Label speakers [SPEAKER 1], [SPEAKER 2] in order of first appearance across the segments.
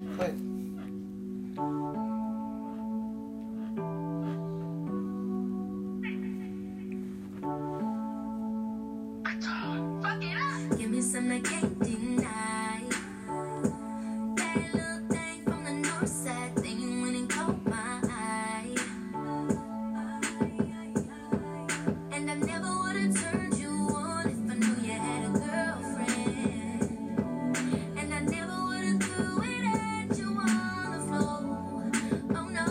[SPEAKER 1] But
[SPEAKER 2] Give me some I can't deny. That little thing from the north side, then you went and caught my eye. And I never would have turned you on if I knew you had a girlfriend. And I never would have threw it at you on the floor. Oh no.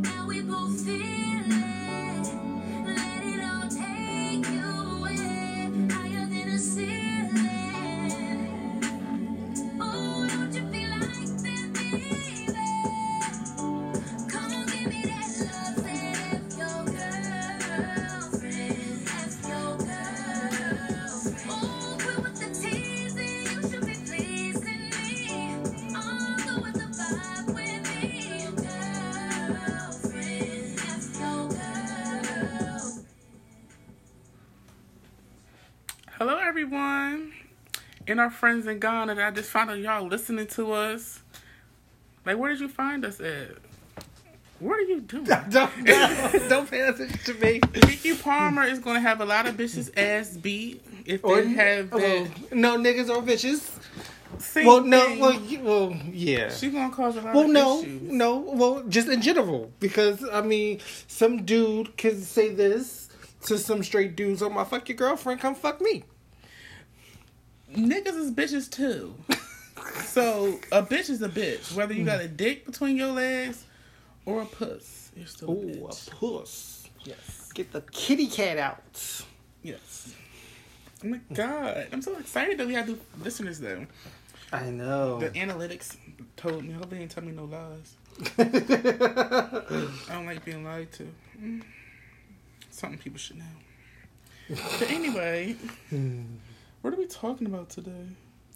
[SPEAKER 2] Now we both feel it. Let it all take you away, higher than a ceiling. Oh, don't you feel like that, baby? Come on, give me that love and F your girlfriend, F your girlfriend. Oh, quit with the teasing, you should be pleasing me. Oh, go with the vibe with me, your girlfriend, F your girlfriend.
[SPEAKER 3] Hello, everyone, and our friends in Ghana. That I just found out y'all listening to us. Like, where did you find us at? What are you doing?
[SPEAKER 1] don't don't pay attention to me.
[SPEAKER 3] Kiki Palmer is going to have a lot of bitches ass beat if they
[SPEAKER 1] Oh,
[SPEAKER 3] have that
[SPEAKER 1] well, no niggas or bitches.
[SPEAKER 3] same
[SPEAKER 1] Well, no,
[SPEAKER 3] thing.
[SPEAKER 1] well, y- well, yeah.
[SPEAKER 3] She gonna cause a lot
[SPEAKER 1] Well,
[SPEAKER 3] of
[SPEAKER 1] no,
[SPEAKER 3] issues.
[SPEAKER 1] no. Well, just in general, because I mean, some dude can say this to some straight dudes. Oh my, fuck your girlfriend, come fuck me.
[SPEAKER 3] Niggas is bitches too. so a bitch is a bitch, whether
[SPEAKER 1] Hmm.
[SPEAKER 3] you got a dick between your legs or a puss, you're still a
[SPEAKER 1] Ooh,
[SPEAKER 3] bitch.
[SPEAKER 1] a puss.
[SPEAKER 3] Yes,
[SPEAKER 1] Get the kitty cat out.
[SPEAKER 3] yes. Oh my god, I'm so excited that we have new listeners though.
[SPEAKER 1] I know.
[SPEAKER 3] The analytics told me. I hope they didn't tell me no lies. I don't like being lied to. Mm. Something people should know. but anyway, what are we talking about today?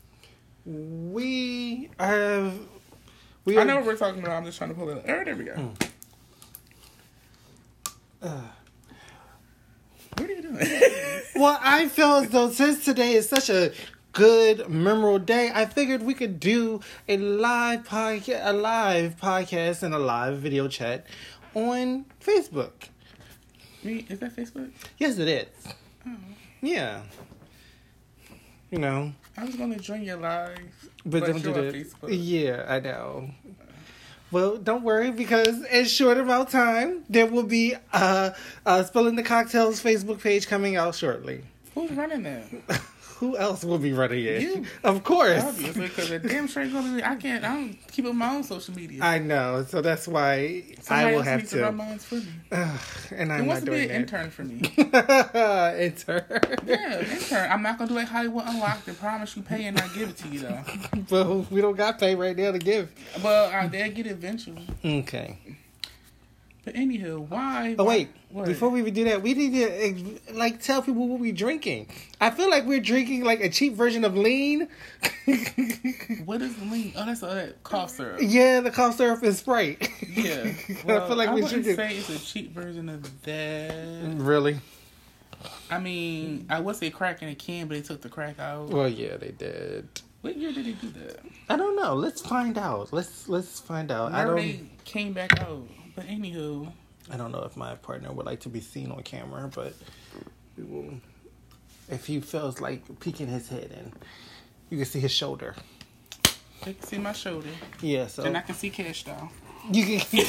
[SPEAKER 1] we have. We
[SPEAKER 3] I know what we're talking about. I'm just trying to pull it up. All right, there we go.
[SPEAKER 1] Hmm.
[SPEAKER 3] what are you doing?
[SPEAKER 1] Well, I feel as though since today is such a good memorable day, I figured we could do a live podcast, a live podcast, and a live video chat on Facebook.
[SPEAKER 3] Me? Is that Facebook?
[SPEAKER 1] Yes, it is.
[SPEAKER 3] Hmm.
[SPEAKER 1] Yeah, you know,
[SPEAKER 3] I was gonna join your live.
[SPEAKER 1] but
[SPEAKER 3] But
[SPEAKER 1] don't do
[SPEAKER 3] you're on
[SPEAKER 1] that.
[SPEAKER 3] Facebook.
[SPEAKER 1] Yeah, I know. Well, don't worry because in short amount of time there will be uh, uh spilling the cocktails Facebook page coming out shortly.
[SPEAKER 3] Who's running that?
[SPEAKER 1] Who else will be running it?
[SPEAKER 3] You.
[SPEAKER 1] Of course.
[SPEAKER 3] Obviously, because the damn straight gonna be. I can't. I don't keep up my own social media.
[SPEAKER 1] I know, so that's why
[SPEAKER 3] Somebody
[SPEAKER 1] I will
[SPEAKER 3] else
[SPEAKER 1] have
[SPEAKER 3] needs to. run
[SPEAKER 1] to.
[SPEAKER 3] mine for me.
[SPEAKER 1] Ugh, and
[SPEAKER 3] It
[SPEAKER 1] I'm
[SPEAKER 3] wants
[SPEAKER 1] not
[SPEAKER 3] to be
[SPEAKER 1] doing
[SPEAKER 3] an
[SPEAKER 1] that.
[SPEAKER 3] intern for me.
[SPEAKER 1] intern.
[SPEAKER 3] yeah, intern. I'm not gonna do like Hollywood Unlocked and promise you pay and I give it to you though.
[SPEAKER 1] but we don't got pay right now to give.
[SPEAKER 3] Well, I did get it eventually.
[SPEAKER 1] Okay.
[SPEAKER 3] But anywho, why?
[SPEAKER 1] Oh wait,
[SPEAKER 3] why-
[SPEAKER 1] before we even do that, we need to eh, like tell people what we drinking. I feel like we're drinking like a cheap version of lean.
[SPEAKER 3] what is lean? Oh, that's all that cough syrup.
[SPEAKER 1] yeah, the cough syrup is Sprite.
[SPEAKER 3] Yeah,
[SPEAKER 1] I feel like
[SPEAKER 3] I
[SPEAKER 1] we should do.
[SPEAKER 3] wouldn't say it's a cheap version of that.
[SPEAKER 1] Really?
[SPEAKER 3] I mean, I would say crack in a can, but they took the crack out.
[SPEAKER 1] Well, yeah, they did.
[SPEAKER 3] What year did they do that?
[SPEAKER 1] I don't know. Let's find out. Let's let's find out. I
[SPEAKER 3] Whenever
[SPEAKER 1] don't.
[SPEAKER 3] they came back out. But anywho,
[SPEAKER 1] I don't know if my partner would like to be seen on camera, but we will. If he feels like peeking his head in, you can see his shoulder.
[SPEAKER 3] they can see my shoulder,
[SPEAKER 1] Yeah, so
[SPEAKER 3] and I can see cash doll.
[SPEAKER 1] you can you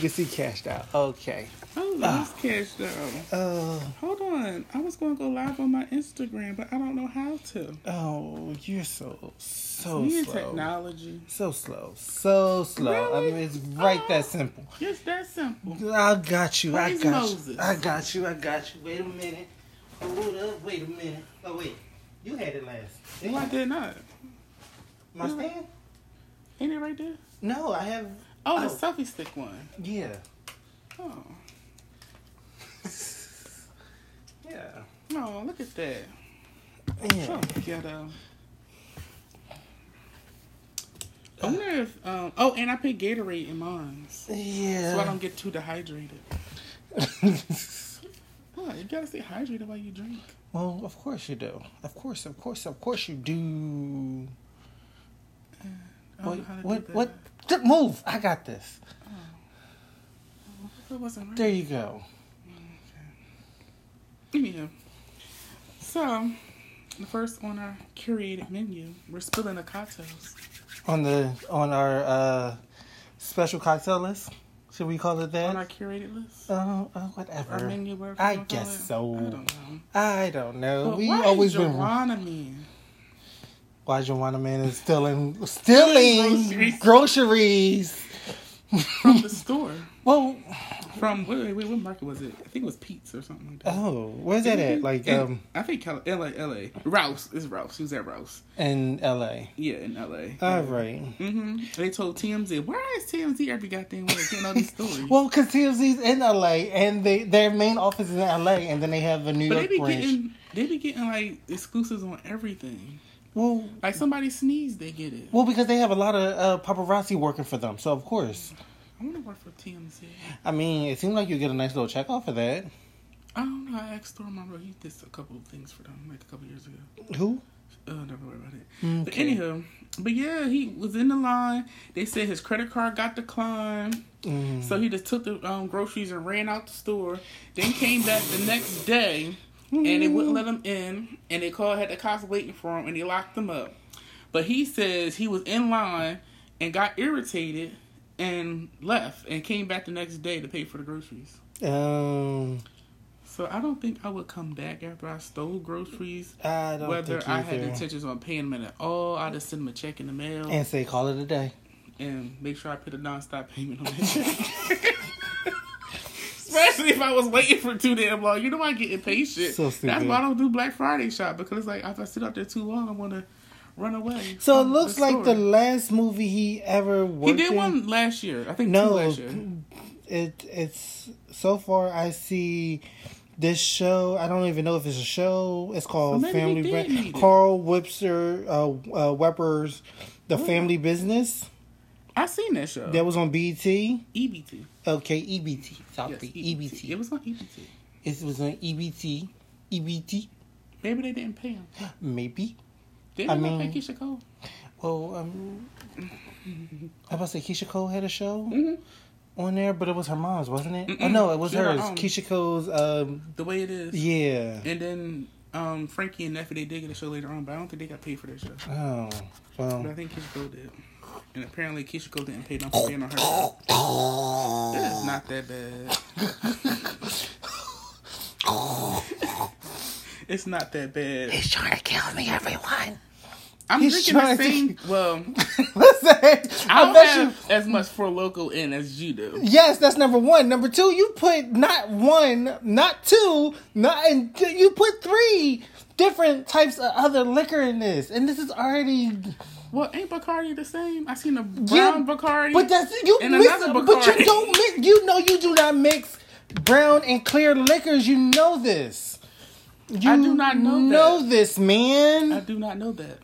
[SPEAKER 1] can see cashed out. Okay.
[SPEAKER 3] Oh, that's cash doll.
[SPEAKER 1] Oh,
[SPEAKER 3] Hold on. I was going to go live on my Instagram, but I don't know how to.
[SPEAKER 1] oh, you're so so
[SPEAKER 3] Me and
[SPEAKER 1] Oh, slow.
[SPEAKER 3] technology.
[SPEAKER 1] So slow, so slow. I
[SPEAKER 3] Really? Oh.
[SPEAKER 1] mean, it's right that simple.
[SPEAKER 3] It's that simple.
[SPEAKER 1] I got you. I
[SPEAKER 3] Praise
[SPEAKER 1] got
[SPEAKER 3] Moses.
[SPEAKER 1] you. I got you. I got you. Wait a minute. Hold up. Wait a minute. Oh wait, you had it last.
[SPEAKER 3] No, I did not.
[SPEAKER 1] My stand?
[SPEAKER 3] Ain't it right there?
[SPEAKER 1] No, I have.
[SPEAKER 3] Oh,
[SPEAKER 1] Oh.
[SPEAKER 3] the selfie stick one.
[SPEAKER 1] Yeah.
[SPEAKER 3] Oh.
[SPEAKER 1] Yeah.
[SPEAKER 3] No, oh, look at that.
[SPEAKER 1] Yeah. Uh.
[SPEAKER 3] Oh, ghetto. I wonder if, um, oh, and I put Gatorade in mine. So I
[SPEAKER 1] Yeah.
[SPEAKER 3] don't get too dehydrated. What? You gotta stay hydrated while you drink.
[SPEAKER 1] well, of course you do. Of course, of course, of course you do.
[SPEAKER 3] don't
[SPEAKER 1] Wait,
[SPEAKER 3] know how to do
[SPEAKER 1] what?
[SPEAKER 3] that.
[SPEAKER 1] What? Just move! I got this.
[SPEAKER 3] It wasn't right.
[SPEAKER 1] There you go.
[SPEAKER 3] Anyhow, so the first on our curated menu, we're spilling the cocktails.
[SPEAKER 1] On the on our uh, special cocktail list, should we call it
[SPEAKER 3] On our
[SPEAKER 1] that?
[SPEAKER 3] curated list,
[SPEAKER 1] Uh, uh,
[SPEAKER 3] our
[SPEAKER 1] whatever.
[SPEAKER 3] menu. whatever
[SPEAKER 1] I
[SPEAKER 3] you wanna call
[SPEAKER 1] guess
[SPEAKER 3] it.
[SPEAKER 1] so.
[SPEAKER 3] I don't know.
[SPEAKER 1] I don't know.
[SPEAKER 3] But
[SPEAKER 1] we
[SPEAKER 3] why
[SPEAKER 1] always
[SPEAKER 3] is
[SPEAKER 1] been
[SPEAKER 3] Geronimi?
[SPEAKER 1] why Joanna Man is stealing stealing
[SPEAKER 3] Groceries.
[SPEAKER 1] groceries.
[SPEAKER 3] from the store.
[SPEAKER 1] Well,
[SPEAKER 3] From wait, wait, wait, what market was it? I think it was Pete's or something like that.
[SPEAKER 1] oh, where's that at? Like
[SPEAKER 3] In-
[SPEAKER 1] um,
[SPEAKER 3] I think Cali- L.A. L.A. Rouse is Rouse. Who's at Rouse?
[SPEAKER 1] in L.A.
[SPEAKER 3] Yeah, in L.A.
[SPEAKER 1] All right.
[SPEAKER 3] hmm They told TMZ, why is TMZ every goddamn way getting all these stories?
[SPEAKER 1] Well, because TMZ's in LA and they their main office is in LA, and then they have a New
[SPEAKER 3] but they
[SPEAKER 1] York
[SPEAKER 3] be
[SPEAKER 1] branch.
[SPEAKER 3] getting they be getting like exclusives on everything.
[SPEAKER 1] well,
[SPEAKER 3] Like somebody sneezed, they get it.
[SPEAKER 1] well, because they have a lot of uh, paparazzi working for them, so of course.
[SPEAKER 3] I want to work for TMZ.
[SPEAKER 1] I mean, it seemed like you get a nice little check off of that.
[SPEAKER 3] I don't know. I asked Storm Monroe. He did a couple of things for them, like a couple years ago.
[SPEAKER 1] Who?
[SPEAKER 3] Uh, never worry about it. But
[SPEAKER 1] Okay.
[SPEAKER 3] anyhow, but yeah, he was in the line. They said his credit card got declined,
[SPEAKER 1] Mm.
[SPEAKER 3] so he just took the um, groceries and ran out the store. Then came back the next day, and they wouldn't let him in. And they called had the cops waiting for him, and they locked him up. But he says he was in line and got irritated and left, and came back the next day to pay for the groceries.
[SPEAKER 1] Um,
[SPEAKER 3] So I don't think I would come back after I stole groceries
[SPEAKER 1] I don't
[SPEAKER 3] whether
[SPEAKER 1] think
[SPEAKER 3] I
[SPEAKER 1] either.
[SPEAKER 3] had intentions on paying them at all, I just send them a check in the mail and,
[SPEAKER 1] and say call it a day.
[SPEAKER 3] make sure I put a non-stop payment on that check. Especially if I was waiting for too damn long. You know I get impatient.
[SPEAKER 1] So stupid.
[SPEAKER 3] That's why I don't do Black Friday shop because it's like if I sit out there too long, I want to run away.
[SPEAKER 1] So it
[SPEAKER 3] from
[SPEAKER 1] looks like the
[SPEAKER 3] store.
[SPEAKER 1] last movie he ever
[SPEAKER 3] Oh, he
[SPEAKER 1] worked
[SPEAKER 3] did
[SPEAKER 1] in-
[SPEAKER 3] one last year. I think two
[SPEAKER 1] No,
[SPEAKER 3] last year.
[SPEAKER 1] it it's so far I see this show. I don't even know if it's a show. It's called
[SPEAKER 3] maybe
[SPEAKER 1] Family
[SPEAKER 3] they did
[SPEAKER 1] Brand.
[SPEAKER 3] need it.
[SPEAKER 1] Carl Webster uh, uh, Weber's The
[SPEAKER 3] Oh.
[SPEAKER 1] Family Business
[SPEAKER 3] I seen that show.
[SPEAKER 1] that was on BT.
[SPEAKER 3] EBT.
[SPEAKER 1] Okay, EBT. Sorry,
[SPEAKER 3] Yes, E
[SPEAKER 1] EBT.
[SPEAKER 3] It was on EBT.
[SPEAKER 1] It was on E EBT. EBT.
[SPEAKER 3] Maybe they didn't pay him.
[SPEAKER 1] E Maybe.
[SPEAKER 3] Did
[SPEAKER 1] I
[SPEAKER 3] they not pay
[SPEAKER 1] mean-
[SPEAKER 3] Keisha Cole?
[SPEAKER 1] Well, um, I was about to say Keisha Cole had a show
[SPEAKER 3] Mhm.
[SPEAKER 1] on there, but it was her mom's, wasn't it? Oh
[SPEAKER 3] Mm-mm.
[SPEAKER 1] no, it was
[SPEAKER 3] She had her
[SPEAKER 1] hers.
[SPEAKER 3] own.
[SPEAKER 1] Keisha Cole's. Um,
[SPEAKER 3] The way it is.
[SPEAKER 1] yeah.
[SPEAKER 3] And then um, Frankie and Neffy, they did get a show later on, but I don't think they got paid for their show.
[SPEAKER 1] Oh
[SPEAKER 3] But
[SPEAKER 1] well.
[SPEAKER 3] I think Keisha Cole did. And apparently Keisha Cole didn't pay them for being on her show. That is not that bad. it's not that bad.
[SPEAKER 1] He's trying to kill me, everyone.
[SPEAKER 3] I'm
[SPEAKER 1] He's trying
[SPEAKER 3] drinking the same. Well,
[SPEAKER 1] Listen,
[SPEAKER 3] I
[SPEAKER 1] I
[SPEAKER 3] don't
[SPEAKER 1] bet you.
[SPEAKER 3] have as much for local in as you do.
[SPEAKER 1] Yes, that's number one. Number two, you put not one, not two, not and th- you put three different types of other liquor in this, and this is already.
[SPEAKER 3] Well, ain't Bacardi the same? I seen a
[SPEAKER 1] Yeah,
[SPEAKER 3] brown Bacardi.
[SPEAKER 1] But that's you
[SPEAKER 3] and
[SPEAKER 1] mix,
[SPEAKER 3] another
[SPEAKER 1] but you
[SPEAKER 3] Bacardi.
[SPEAKER 1] don't mix. You know you do not mix brown and clear liquors. You know this. You
[SPEAKER 3] do not know
[SPEAKER 1] know
[SPEAKER 3] that.
[SPEAKER 1] this, man.
[SPEAKER 3] I do not know that.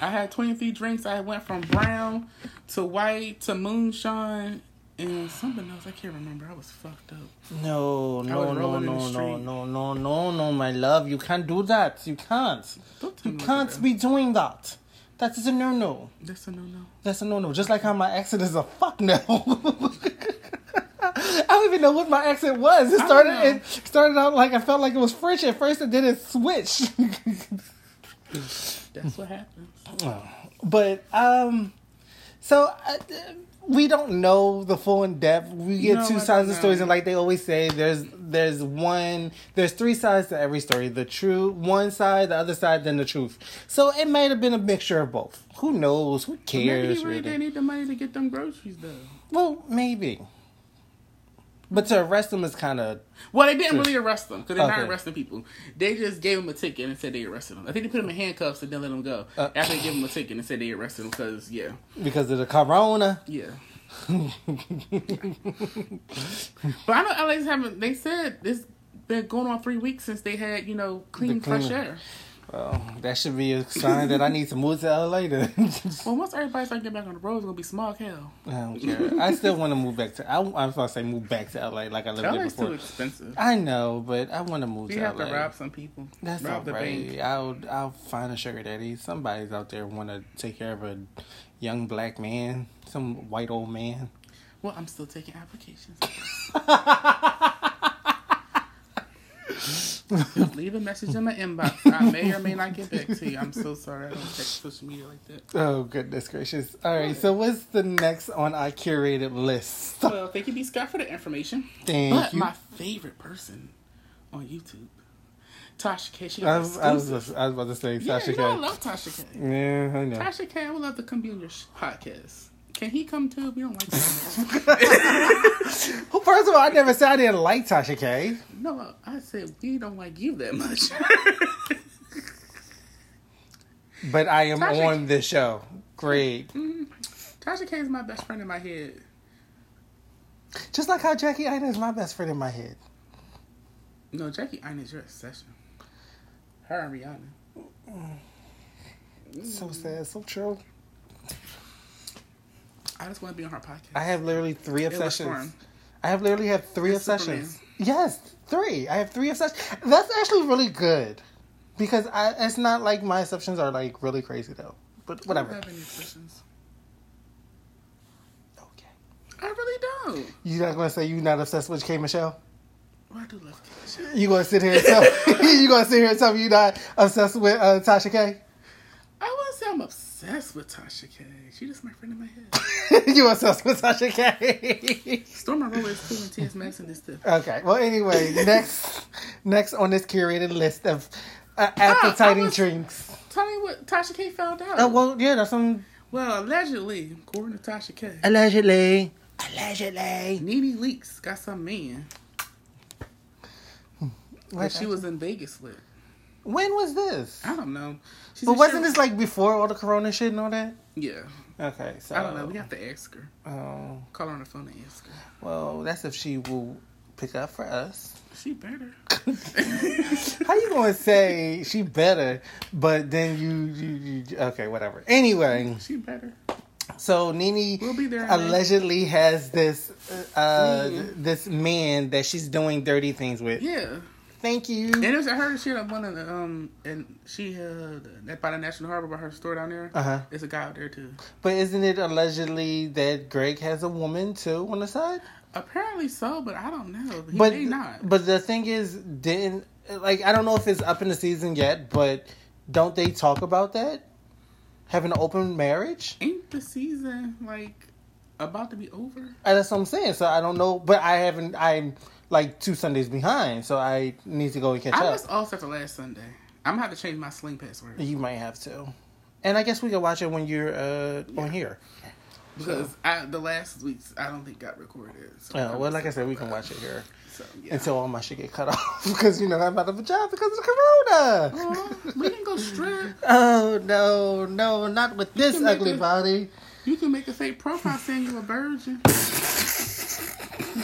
[SPEAKER 3] I had 23 drinks. I went from brown to white to moonshine and something else. I can't remember. I was fucked up.
[SPEAKER 1] No, no, no,
[SPEAKER 3] was rolling in the
[SPEAKER 1] no, no,
[SPEAKER 3] street.
[SPEAKER 1] no, no, no, no, my love. You can't do that. You can't.
[SPEAKER 3] Don't tell
[SPEAKER 1] You
[SPEAKER 3] me what
[SPEAKER 1] can't
[SPEAKER 3] to do.
[SPEAKER 1] be doing that. That is a no no.
[SPEAKER 3] That's a no no.
[SPEAKER 1] That's a no no. Just like how my accent is a fuck no. I don't even know what my accent was. It
[SPEAKER 3] don't
[SPEAKER 1] started.
[SPEAKER 3] know.
[SPEAKER 1] It started out like I felt like it was French at first, and then it switched.
[SPEAKER 3] That's what happens.
[SPEAKER 1] but um, so I, we don't know the full in depth. We get
[SPEAKER 3] No, I
[SPEAKER 1] two
[SPEAKER 3] don't
[SPEAKER 1] sides of
[SPEAKER 3] know.
[SPEAKER 1] stories, and like they always say, there's there's one, there's three sides to every story: the true one side, the other side, then the truth. So it might have been a mixture of both. Who knows? Who cares?
[SPEAKER 3] Maybe he really
[SPEAKER 1] really?
[SPEAKER 3] didn't need the money to get them groceries though.
[SPEAKER 1] Well, maybe. But to arrest them is kind of
[SPEAKER 3] Well, they didn't really arrest them because they're
[SPEAKER 1] Okay.
[SPEAKER 3] not arresting people. They just gave him a ticket and said they arrested him. I think they put him in handcuffs and then let him go
[SPEAKER 1] Uh.
[SPEAKER 3] after they gave him a ticket and said they arrested him because yeah,
[SPEAKER 1] because of the corona.
[SPEAKER 3] yeah. But I know LA's haven't. They said it's been going on three weeks since they had you know clean
[SPEAKER 1] The
[SPEAKER 3] fresh
[SPEAKER 1] cleaner.
[SPEAKER 3] air.
[SPEAKER 1] Well, that should be a sign that I need to move to LA then.
[SPEAKER 3] Well, once everybody starts getting back on the road, it's gonna be smog hell.
[SPEAKER 1] I don't care. I still want to move back to. I, I was about to say move back to LA like I lived there
[SPEAKER 3] LA's too
[SPEAKER 1] before.
[SPEAKER 3] expensive.
[SPEAKER 1] I know, but I want to move
[SPEAKER 3] We
[SPEAKER 1] to
[SPEAKER 3] have
[SPEAKER 1] LA.
[SPEAKER 3] to rob some people.
[SPEAKER 1] That's
[SPEAKER 3] rob
[SPEAKER 1] all right. I'll I'll find a sugar daddy. Somebody's out there want to take care of a young black man, some white old man.
[SPEAKER 3] Well, I'm still taking applications. Just leave a message in my inbox. I may or may not get back to you. I'm so sorry. I don't check social media like that.
[SPEAKER 1] Oh goodness gracious! All right, so what's the next on our curated list?
[SPEAKER 3] Well, thank you, B. Scott, for the information.
[SPEAKER 1] Thank
[SPEAKER 3] but
[SPEAKER 1] you.
[SPEAKER 3] my favorite person on YouTube, Tasha K. She got
[SPEAKER 1] I was, I was
[SPEAKER 3] exclusive.
[SPEAKER 1] I was about to say
[SPEAKER 3] yeah,
[SPEAKER 1] Sasha
[SPEAKER 3] you know I
[SPEAKER 1] Cass.
[SPEAKER 3] love Tasha K.
[SPEAKER 1] Yeah, I know.
[SPEAKER 3] Tasha K, I would love to come be on your sh- podcast. Can he come too? We don't like him.
[SPEAKER 1] Well, First of all, I never said I didn't like Tasha K.
[SPEAKER 3] no, I said we don't like you that much.
[SPEAKER 1] But I am
[SPEAKER 3] Tasha-
[SPEAKER 1] on this show. Great.
[SPEAKER 3] Tasha K is my best friend in my head.
[SPEAKER 1] Just like how Jackie Ina is my best friend in my head.
[SPEAKER 3] No, Jackie Ina is your obsession. Her and Rihanna.
[SPEAKER 1] So sad, so true.
[SPEAKER 3] I just want to be on her podcast.
[SPEAKER 1] I have literally three
[SPEAKER 3] It was
[SPEAKER 1] obsessions.
[SPEAKER 3] fun.
[SPEAKER 1] I have literally have three
[SPEAKER 3] It's
[SPEAKER 1] obsessions. Yes, three. I have three obsessions. That's actually really good. Because I, it's not like my obsessions are like really crazy though. But
[SPEAKER 3] I
[SPEAKER 1] whatever.
[SPEAKER 3] don't have any obsessions.
[SPEAKER 1] Okay.
[SPEAKER 3] I really don't.
[SPEAKER 1] You're not gonna say you're not obsessed with K Michelle?
[SPEAKER 3] Well, I do love Tasha.
[SPEAKER 1] You gonna sit here and tell you gonna sit here and tell me you're not obsessed with uh, Tasha K?
[SPEAKER 3] I wouldn't say I'm obsessed with Tasha K. She just my friend in my head.
[SPEAKER 1] you obsessed with Tasha K?
[SPEAKER 3] Storm my roller is cool and TS Maxx and this stuff.
[SPEAKER 1] Okay. Well, anyway, next, next on this curated list of uh,
[SPEAKER 3] I
[SPEAKER 1] appetizing
[SPEAKER 3] was-
[SPEAKER 1] drinks.
[SPEAKER 3] Tell me what Tasha K found out.
[SPEAKER 1] Oh well, yeah, that's some
[SPEAKER 3] well, allegedly, according to Tasha K,
[SPEAKER 1] allegedly, allegedly.
[SPEAKER 3] Nene Leaks got some man that
[SPEAKER 1] Like,
[SPEAKER 3] she was in Vegas with.
[SPEAKER 1] when was this?
[SPEAKER 3] I don't know. She
[SPEAKER 1] But
[SPEAKER 3] said
[SPEAKER 1] wasn't
[SPEAKER 3] she-
[SPEAKER 1] this like before all the Corona shit and all that?
[SPEAKER 3] Yeah.
[SPEAKER 1] Okay, so
[SPEAKER 3] I don't know. We have to ask her.
[SPEAKER 1] Oh
[SPEAKER 3] Call her on the phone and ask her.
[SPEAKER 1] well, that's if she will pick up for us.
[SPEAKER 3] She better.
[SPEAKER 1] How you gonna say she better? But then you, you, you okay, whatever. Anyway,
[SPEAKER 3] She better.
[SPEAKER 1] So Nene
[SPEAKER 3] We'll be there in
[SPEAKER 1] allegedly has this uh, this man that she's doing dirty things with.
[SPEAKER 3] Yeah.
[SPEAKER 1] Thank you.
[SPEAKER 3] And it was her she had one of the um and she had that by the National Harbor by her store down there.
[SPEAKER 1] Uh-huh.
[SPEAKER 3] There's a guy out there too.
[SPEAKER 1] But isn't it allegedly that Greg has a woman too on the side?
[SPEAKER 3] Apparently so, but I don't know. He
[SPEAKER 1] but
[SPEAKER 3] may not.
[SPEAKER 1] but the thing is, didn't like I don't know if it's up in the season yet, but don't they talk about that having an open marriage?
[SPEAKER 3] Ain't the season like about to be over?
[SPEAKER 1] Uh, That's what I'm saying. So I don't know, but I haven't. I'm like two Sundays behind, so I need to go and catch
[SPEAKER 3] I
[SPEAKER 1] up.
[SPEAKER 3] was off after last Sunday. I'm gonna have to change my sling password
[SPEAKER 1] You might have to. And I guess we can watch it when you're uh, on here.
[SPEAKER 3] because I, the last week's I don't think got recorded. So
[SPEAKER 1] Uh,
[SPEAKER 3] I'm
[SPEAKER 1] well,
[SPEAKER 3] just-
[SPEAKER 1] like I said, we can watch it here
[SPEAKER 3] so, yeah.
[SPEAKER 1] until all my shit get cut off because you know I'm out of a job because of the corona.
[SPEAKER 3] Aw, we can go strip.
[SPEAKER 1] Oh no, no, not with this
[SPEAKER 3] can make
[SPEAKER 1] ugly
[SPEAKER 3] it-
[SPEAKER 1] body.
[SPEAKER 3] You can make a fake profile saying you're a virgin.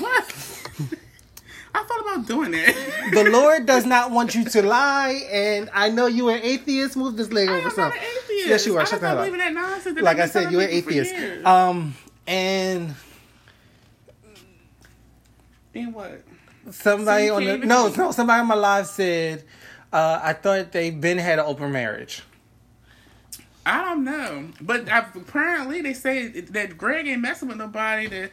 [SPEAKER 3] what? I thought about doing that.
[SPEAKER 1] The Lord does not want you to lie, and I know you an atheist. Move this leg
[SPEAKER 3] I
[SPEAKER 1] over
[SPEAKER 3] am not
[SPEAKER 1] something.
[SPEAKER 3] an atheist.
[SPEAKER 1] Yes, you are.
[SPEAKER 3] I
[SPEAKER 1] Shut
[SPEAKER 3] just
[SPEAKER 1] the
[SPEAKER 3] don't
[SPEAKER 1] hell
[SPEAKER 3] believe in
[SPEAKER 1] up.
[SPEAKER 3] that nonsense. that
[SPEAKER 1] Like
[SPEAKER 3] they've
[SPEAKER 1] I
[SPEAKER 3] been
[SPEAKER 1] said,
[SPEAKER 3] telling
[SPEAKER 1] you're an
[SPEAKER 3] people for
[SPEAKER 1] atheist.
[SPEAKER 3] years.
[SPEAKER 1] Um, and
[SPEAKER 3] then what?
[SPEAKER 1] somebody
[SPEAKER 3] So
[SPEAKER 1] on
[SPEAKER 3] you
[SPEAKER 1] the
[SPEAKER 3] can't
[SPEAKER 1] no,
[SPEAKER 3] even-
[SPEAKER 1] no, somebody on my live said, uh, I thought they been had an open marriage.
[SPEAKER 3] I don't know, but i apparently they say that Greg ain't messing with nobody. That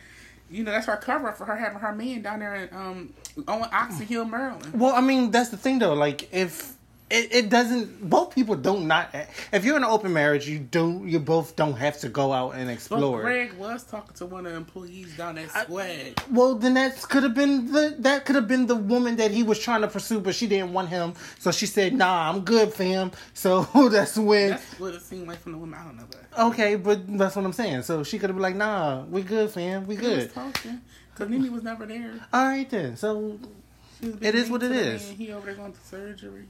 [SPEAKER 3] you know that's her cover up for her having her man down there in um on Oxon Hill, Maryland.
[SPEAKER 1] Well, I mean, that's the thing though. Like, if it, it doesn't, both people don't not. If you're in an open marriage, you don't. You both don't have to go out and
[SPEAKER 3] But
[SPEAKER 1] explore.
[SPEAKER 3] Greg was talking to one of the employees down at Swag.
[SPEAKER 1] well, then that could have been the that could have been the woman that he was trying to pursue, but she didn't want him, so she said, "Nah, I'm good, fam." So that's when.
[SPEAKER 3] That's what it seemed like from the woman. I don't know, but
[SPEAKER 1] Okay, but that's what I'm saying. So she could have been like, "Nah, we good, fam. We
[SPEAKER 3] He was
[SPEAKER 1] good."
[SPEAKER 3] talking because Nene was never there.
[SPEAKER 1] All right then. So
[SPEAKER 3] She was
[SPEAKER 1] It is
[SPEAKER 3] being
[SPEAKER 1] what
[SPEAKER 3] mean
[SPEAKER 1] it
[SPEAKER 3] to the
[SPEAKER 1] is.
[SPEAKER 3] man. He over there going to surgery.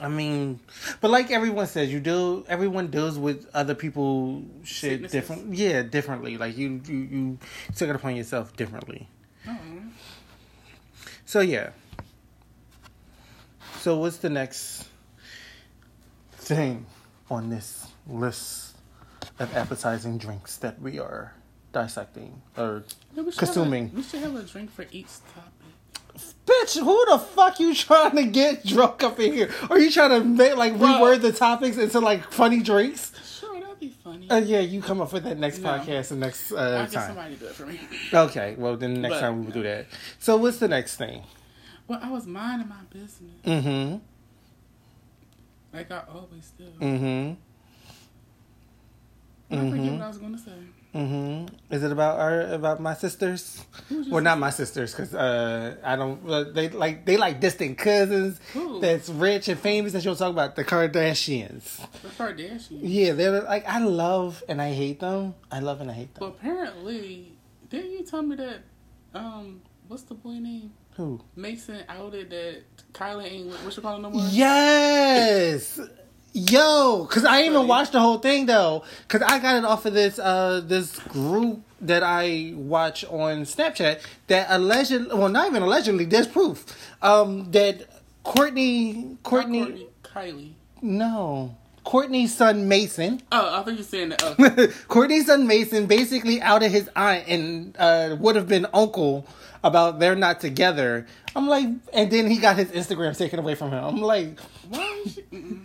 [SPEAKER 1] I mean, but like everyone says, you deal. Everyone deals with other people shit
[SPEAKER 3] Sicknesses.
[SPEAKER 1] different. Yeah, differently. Like you, you, you took it upon yourself differently.
[SPEAKER 3] Oh,
[SPEAKER 1] So yeah. So what's the next? thing on this list of appetizing drinks that we are dissecting or
[SPEAKER 3] Yeah, we should have a-
[SPEAKER 1] consuming.
[SPEAKER 3] we should have a drink for each topic.
[SPEAKER 1] Bitch, who the fuck you trying to get drunk up in here? Are you trying to make like reword the topics into like funny drinks?
[SPEAKER 3] Sure, that'd be funny.
[SPEAKER 1] Uh, yeah, you come up with that next
[SPEAKER 3] No.
[SPEAKER 1] podcast and next
[SPEAKER 3] I'll
[SPEAKER 1] uh,
[SPEAKER 3] get
[SPEAKER 1] time.
[SPEAKER 3] somebody to do it for me.
[SPEAKER 1] Okay, well then next
[SPEAKER 3] But-
[SPEAKER 1] time we will do that. So what's the next thing?
[SPEAKER 3] Well, I was minding my business,
[SPEAKER 1] Mm-hmm.
[SPEAKER 3] like I always do.
[SPEAKER 1] Mm-hmm.
[SPEAKER 3] I forget what I was gonna say.
[SPEAKER 1] Mm-hmm. Is it about our about my sisters?
[SPEAKER 3] Who's your
[SPEAKER 1] Well, not my sisters, cause uh, I don't. well, They like they like distant cousins
[SPEAKER 3] Who?
[SPEAKER 1] that's rich and famous that you'll talk about the Kardashians.
[SPEAKER 3] The Kardashians.
[SPEAKER 1] Yeah, they're like I love and I hate them. I love and I hate
[SPEAKER 3] Well,
[SPEAKER 1] them.
[SPEAKER 3] apparently, didn't you tell me that? Um, what's the boy name?
[SPEAKER 1] Who?
[SPEAKER 3] Mason outed that Kylie ain't what you call him no more.
[SPEAKER 1] Yes. Yo, cause I even
[SPEAKER 3] Sorry.
[SPEAKER 1] watched the whole thing though, cause I got it off of this uh this group that I watch on Snapchat that allegedly, well not even allegedly, there's proof, um that Courtney Courtney,
[SPEAKER 3] Courtney. Kylie.
[SPEAKER 1] no Courtney's son Mason,
[SPEAKER 3] Oh, I think you're saying that. Uh,
[SPEAKER 1] Courtney's son Mason basically outed his aunt and uh would have been uncle about they're not together. I'm like, and then he got his Instagram taken away from him. I'm like.
[SPEAKER 3] why is she? mm-mm.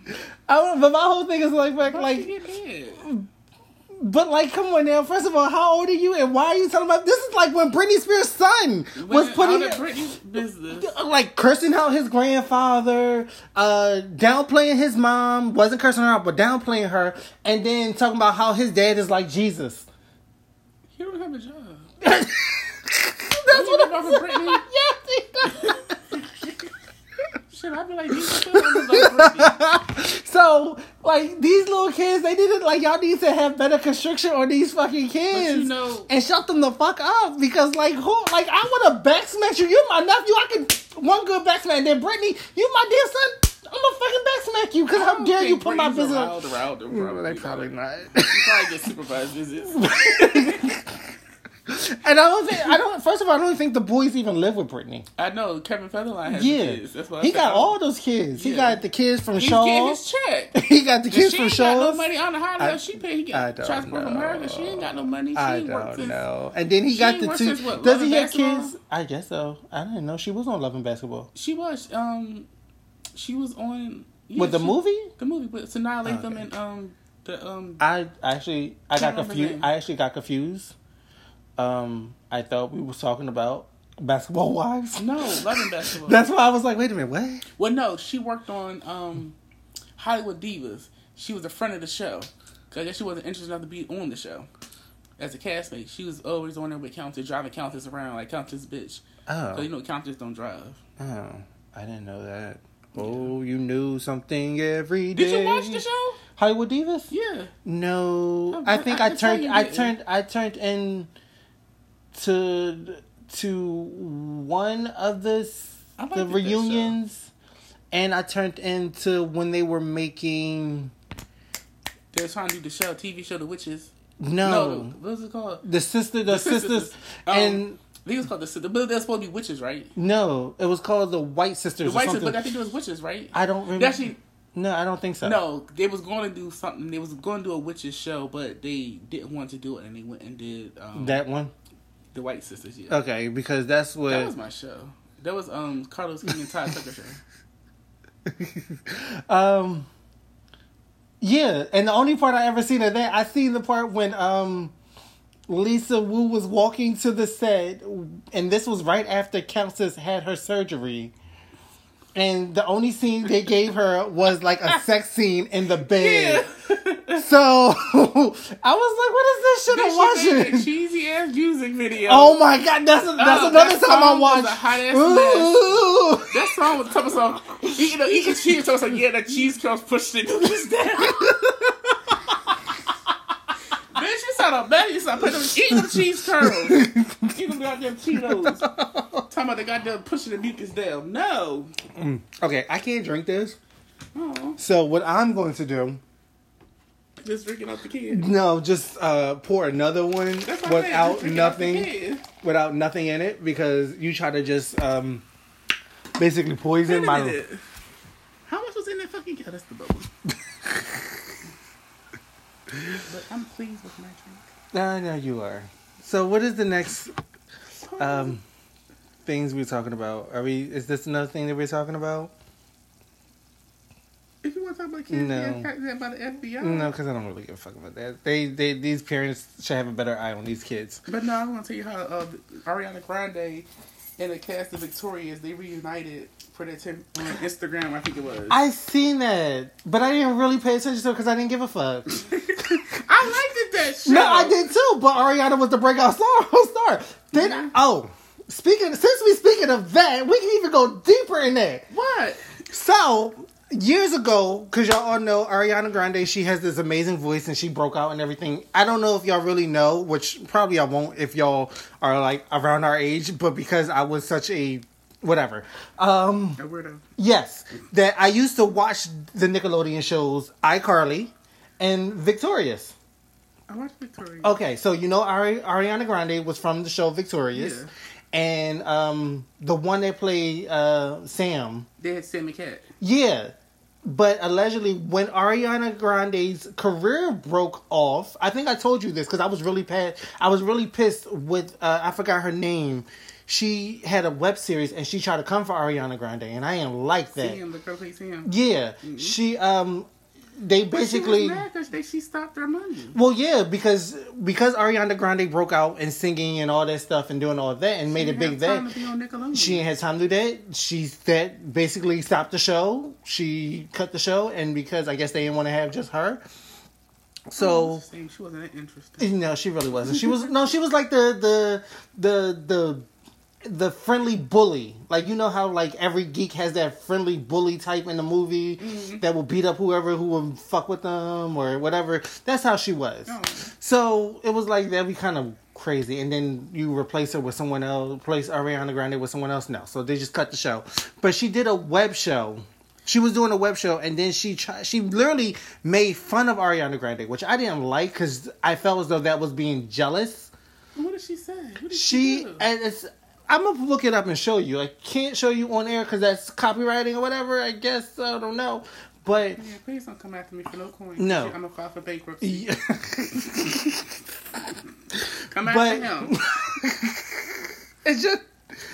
[SPEAKER 1] I don't, but my whole thing is like, like,
[SPEAKER 3] Why she
[SPEAKER 1] like,
[SPEAKER 3] get mad?
[SPEAKER 1] but like, come on now. First of all, how old are you, and why are you telling about this? Is like when Britney Spears' son was
[SPEAKER 3] Women
[SPEAKER 1] putting,
[SPEAKER 3] out of Britney's business.
[SPEAKER 1] like, cursing out his grandfather, uh, downplaying his mom. Wasn't cursing her out, but downplaying her, and then talking about how his dad is like Jesus.
[SPEAKER 3] He don't have a job.
[SPEAKER 1] That's
[SPEAKER 3] You
[SPEAKER 1] what
[SPEAKER 3] know
[SPEAKER 1] I'm
[SPEAKER 3] about Britney?
[SPEAKER 1] Yes, he does.
[SPEAKER 3] Shit, I'd be like, you still don't look like Britney.
[SPEAKER 1] So, like, these little kids, they didn't, like, y'all need to have better constriction on these fucking kids.
[SPEAKER 3] know-
[SPEAKER 1] and shut them the fuck up because, like, who, like, I would have back smash you. You're my nephew. I could, one good back smash. Then, Brittany, you my dear son. I'm gonna fucking back smack you because
[SPEAKER 3] I
[SPEAKER 1] how
[SPEAKER 3] don't
[SPEAKER 1] dare you
[SPEAKER 3] think
[SPEAKER 1] put my
[SPEAKER 3] Britney's
[SPEAKER 1] business Mm,
[SPEAKER 3] around, around them, probably.
[SPEAKER 1] not.
[SPEAKER 3] You probably get supervised visits.
[SPEAKER 1] and I don't think, I don't, first of all, I don't think the boys even live with Brittany.
[SPEAKER 3] I know Kevin Federline has
[SPEAKER 1] Yeah.
[SPEAKER 3] kids. That's why I
[SPEAKER 1] He
[SPEAKER 3] said,
[SPEAKER 1] got
[SPEAKER 3] oh,
[SPEAKER 1] all those kids. He
[SPEAKER 3] Yeah.
[SPEAKER 1] got the kids from
[SPEAKER 3] He's getting
[SPEAKER 1] Shaw.
[SPEAKER 3] his check.
[SPEAKER 1] He got the
[SPEAKER 3] If
[SPEAKER 1] kids
[SPEAKER 3] she
[SPEAKER 1] from
[SPEAKER 3] ain't got no
[SPEAKER 1] Shaw's.
[SPEAKER 3] money. I don't know how the
[SPEAKER 1] I-
[SPEAKER 3] hell she paid. He
[SPEAKER 1] I
[SPEAKER 3] got
[SPEAKER 1] don't
[SPEAKER 3] transfer from her because she ain't got no money. She
[SPEAKER 1] I
[SPEAKER 3] worked
[SPEAKER 1] don't
[SPEAKER 3] since-
[SPEAKER 1] know. And then he
[SPEAKER 3] She
[SPEAKER 1] got the
[SPEAKER 3] works
[SPEAKER 1] two.
[SPEAKER 3] as what,
[SPEAKER 1] does
[SPEAKER 3] Love
[SPEAKER 1] he
[SPEAKER 3] and
[SPEAKER 1] have
[SPEAKER 3] Basketball?
[SPEAKER 1] kids? I guess so. I didn't know she was on Love and Basketball.
[SPEAKER 3] She was um, she was on yeah,
[SPEAKER 1] With the
[SPEAKER 3] she-
[SPEAKER 1] movie? Oh,
[SPEAKER 3] The movie with Sanaa Latham
[SPEAKER 1] Okay.
[SPEAKER 3] and um the um
[SPEAKER 1] I actually I
[SPEAKER 3] Can't
[SPEAKER 1] got
[SPEAKER 3] remember
[SPEAKER 1] confused.
[SPEAKER 3] name.
[SPEAKER 1] I actually got confused. Um, I thought we was talking about Basketball Wives.
[SPEAKER 3] no Love and Basketball.
[SPEAKER 1] That's why I was like, wait a minute, what?
[SPEAKER 3] well, no, she worked on um Hollywood Divas. She was a friend of the show. 'Cause I guess she wasn't interested enough to be on the show as a castmate. She was always on there with Countess, driving Countess around like Countess bitch.
[SPEAKER 1] Oh,
[SPEAKER 3] So you know Countess don't drive.
[SPEAKER 1] oh, I didn't know that. Oh, you knew something every day.
[SPEAKER 3] Did you watch the show?
[SPEAKER 1] Hollywood Divas?
[SPEAKER 3] Yeah.
[SPEAKER 1] No,
[SPEAKER 3] Oh,
[SPEAKER 1] I
[SPEAKER 3] but
[SPEAKER 1] think
[SPEAKER 3] I
[SPEAKER 1] I,
[SPEAKER 3] could tell
[SPEAKER 1] turned.
[SPEAKER 3] you
[SPEAKER 1] I
[SPEAKER 3] didn't.
[SPEAKER 1] turned. I turned in to to one of the s-
[SPEAKER 3] I liked
[SPEAKER 1] the
[SPEAKER 3] it that show.
[SPEAKER 1] reunions, and I turned into when they were making
[SPEAKER 3] They're trying to do the show, TV show, The Witches.
[SPEAKER 1] no,
[SPEAKER 3] No, the- what was it called?
[SPEAKER 1] the sister, the, sisters,
[SPEAKER 3] Um,
[SPEAKER 1] and
[SPEAKER 3] I think it was called the sister, but they're supposed to be witches, right?
[SPEAKER 1] no, it was called the White Sisters.
[SPEAKER 3] The
[SPEAKER 1] or
[SPEAKER 3] white sisters,
[SPEAKER 1] something.
[SPEAKER 3] but I think it was witches, right?
[SPEAKER 1] I don't remember.
[SPEAKER 3] They actually,
[SPEAKER 1] no, I don't think so.
[SPEAKER 3] no, they was going to do something. They was going to do a witches show, but they didn't want to do it, and they went and did um,
[SPEAKER 1] that one.
[SPEAKER 3] the white sisters. Yeah,
[SPEAKER 1] Okay, because that's what.
[SPEAKER 3] that was my show. That was um Carlos King and Todd Tucker show.
[SPEAKER 1] um yeah and the only part i ever seen of that i seen the part when um lisa wu was walking to the set and this was right after countess had her surgery and the only scene they gave her was like a sex scene in the bed so i was like what is this shit i'm
[SPEAKER 3] Then she made
[SPEAKER 1] watching
[SPEAKER 3] a cheesy ass music video.
[SPEAKER 1] Oh my god, that's that's
[SPEAKER 3] Oh,
[SPEAKER 1] another
[SPEAKER 3] that
[SPEAKER 1] time I
[SPEAKER 3] song was
[SPEAKER 1] watched.
[SPEAKER 3] a hot-ass
[SPEAKER 1] Ooh.
[SPEAKER 3] That song was the song. Eating, the- eating cheese toast, like, yeah, that cheese curls pushed it just down. Bitch, you sound a bad. You sound putting them, eating them cheese curls. Eating them goddamn Cheetos. Talking about the goddamn pushing the mucus down. No.
[SPEAKER 1] Okay, I can't drink this.
[SPEAKER 3] Oh,
[SPEAKER 1] So what I'm going to do
[SPEAKER 3] just drinking out the kid.
[SPEAKER 1] No, just uh, pour another one
[SPEAKER 3] That's what I said, just
[SPEAKER 1] without
[SPEAKER 3] drinking out the
[SPEAKER 1] nothing,
[SPEAKER 3] kid.
[SPEAKER 1] without nothing in it, because you try to just um, basically poison
[SPEAKER 3] Wait a
[SPEAKER 1] my.
[SPEAKER 3] minute. How much was in that fucking? Yeah, that's the bubble. But I'm pleased with my drink.
[SPEAKER 1] I know you are. So, what is the next um, things we're talking about? Are we? Is this another thing that we're talking about?
[SPEAKER 3] if you want to talk about kids
[SPEAKER 1] No.
[SPEAKER 3] being tracked down by the FBI,
[SPEAKER 1] No, because I don't really give a fuck about that. They, they, these parents should have a better eye on these kids.
[SPEAKER 3] But no, I want to tell you how uh, Ariana Grande and the cast of Victorious they reunited for their ten- on Instagram. I think it was. I,
[SPEAKER 1] I seen that, but I didn't really pay attention to it because I didn't give a fuck.
[SPEAKER 3] liked it that show.
[SPEAKER 1] No, I did too. But Ariana was the breakout star. star. Then
[SPEAKER 3] Mhm.
[SPEAKER 1] oh, speaking since we speaking of that, we can even go deeper in that.
[SPEAKER 3] What?
[SPEAKER 1] So years ago, because y'all all know Ariana Grande, she has this amazing voice and she broke out and everything. I don't know if y'all really know, which probably I won't if y'all are like around our age. But because I was such a whatever. Um.
[SPEAKER 3] A weirdo.
[SPEAKER 1] Yes, that I used to watch the Nickelodeon shows iCarly and Victorious.
[SPEAKER 3] I watched Victorious.
[SPEAKER 1] Okay, so you know Ari- Ariana Grande was from the show Victorious,
[SPEAKER 3] Yeah.
[SPEAKER 1] and um, the one that played uh, Sam,
[SPEAKER 3] They had Sammy Cat.
[SPEAKER 1] yeah. But allegedly, when Ariana Grande's career broke off, I think I told you this because I was really pa- I was really pissed with uh, I forgot her name. She had a web series and she tried to come for Ariana Grande, and I ain't like that.
[SPEAKER 3] Sam, the girl played Sam.
[SPEAKER 1] Yeah, she um, they
[SPEAKER 3] But she was
[SPEAKER 1] basically.
[SPEAKER 3] mad 'cause they- she stopped their money.
[SPEAKER 1] Well, yeah, because because Ariana Grande broke out and singing and all that stuff and doing all of that and made
[SPEAKER 3] They
[SPEAKER 1] it big
[SPEAKER 3] had time
[SPEAKER 1] that
[SPEAKER 3] to be on Nickelodeon.
[SPEAKER 1] she ain't had time to do that. She that basically stopped the show. She cut the show, and because I guess they didn't want to have just her, so.
[SPEAKER 3] Same, she wasn't that interesting.
[SPEAKER 1] No, she really wasn't. She was no, she was like the the the the the friendly bully. Like you know how like every geek has that friendly bully type in the movie that will beat up whoever who will fuck with them or whatever. That's how she was.
[SPEAKER 3] No.
[SPEAKER 1] So it was like that'd be kind of crazy. And then you replace her with someone else, replace Ariana Grande with someone else. No, so they just cut the show. But she did a web show. She was doing a web show, and then she tried, she literally made fun of Ariana Grande, which I didn't like because I felt as though that was being jealous.
[SPEAKER 3] What did she say? What did
[SPEAKER 1] She
[SPEAKER 3] do?
[SPEAKER 1] and it's. I'm gonna look it up and show you. I can't show you on air because that's copywriting or whatever. I guess I don't know, but
[SPEAKER 3] Yeah, please don't come after me for no coins.
[SPEAKER 1] No.
[SPEAKER 3] I'm gonna file for bankruptcy.
[SPEAKER 1] yeah.
[SPEAKER 3] Come
[SPEAKER 1] But-
[SPEAKER 3] after him.
[SPEAKER 1] it's just.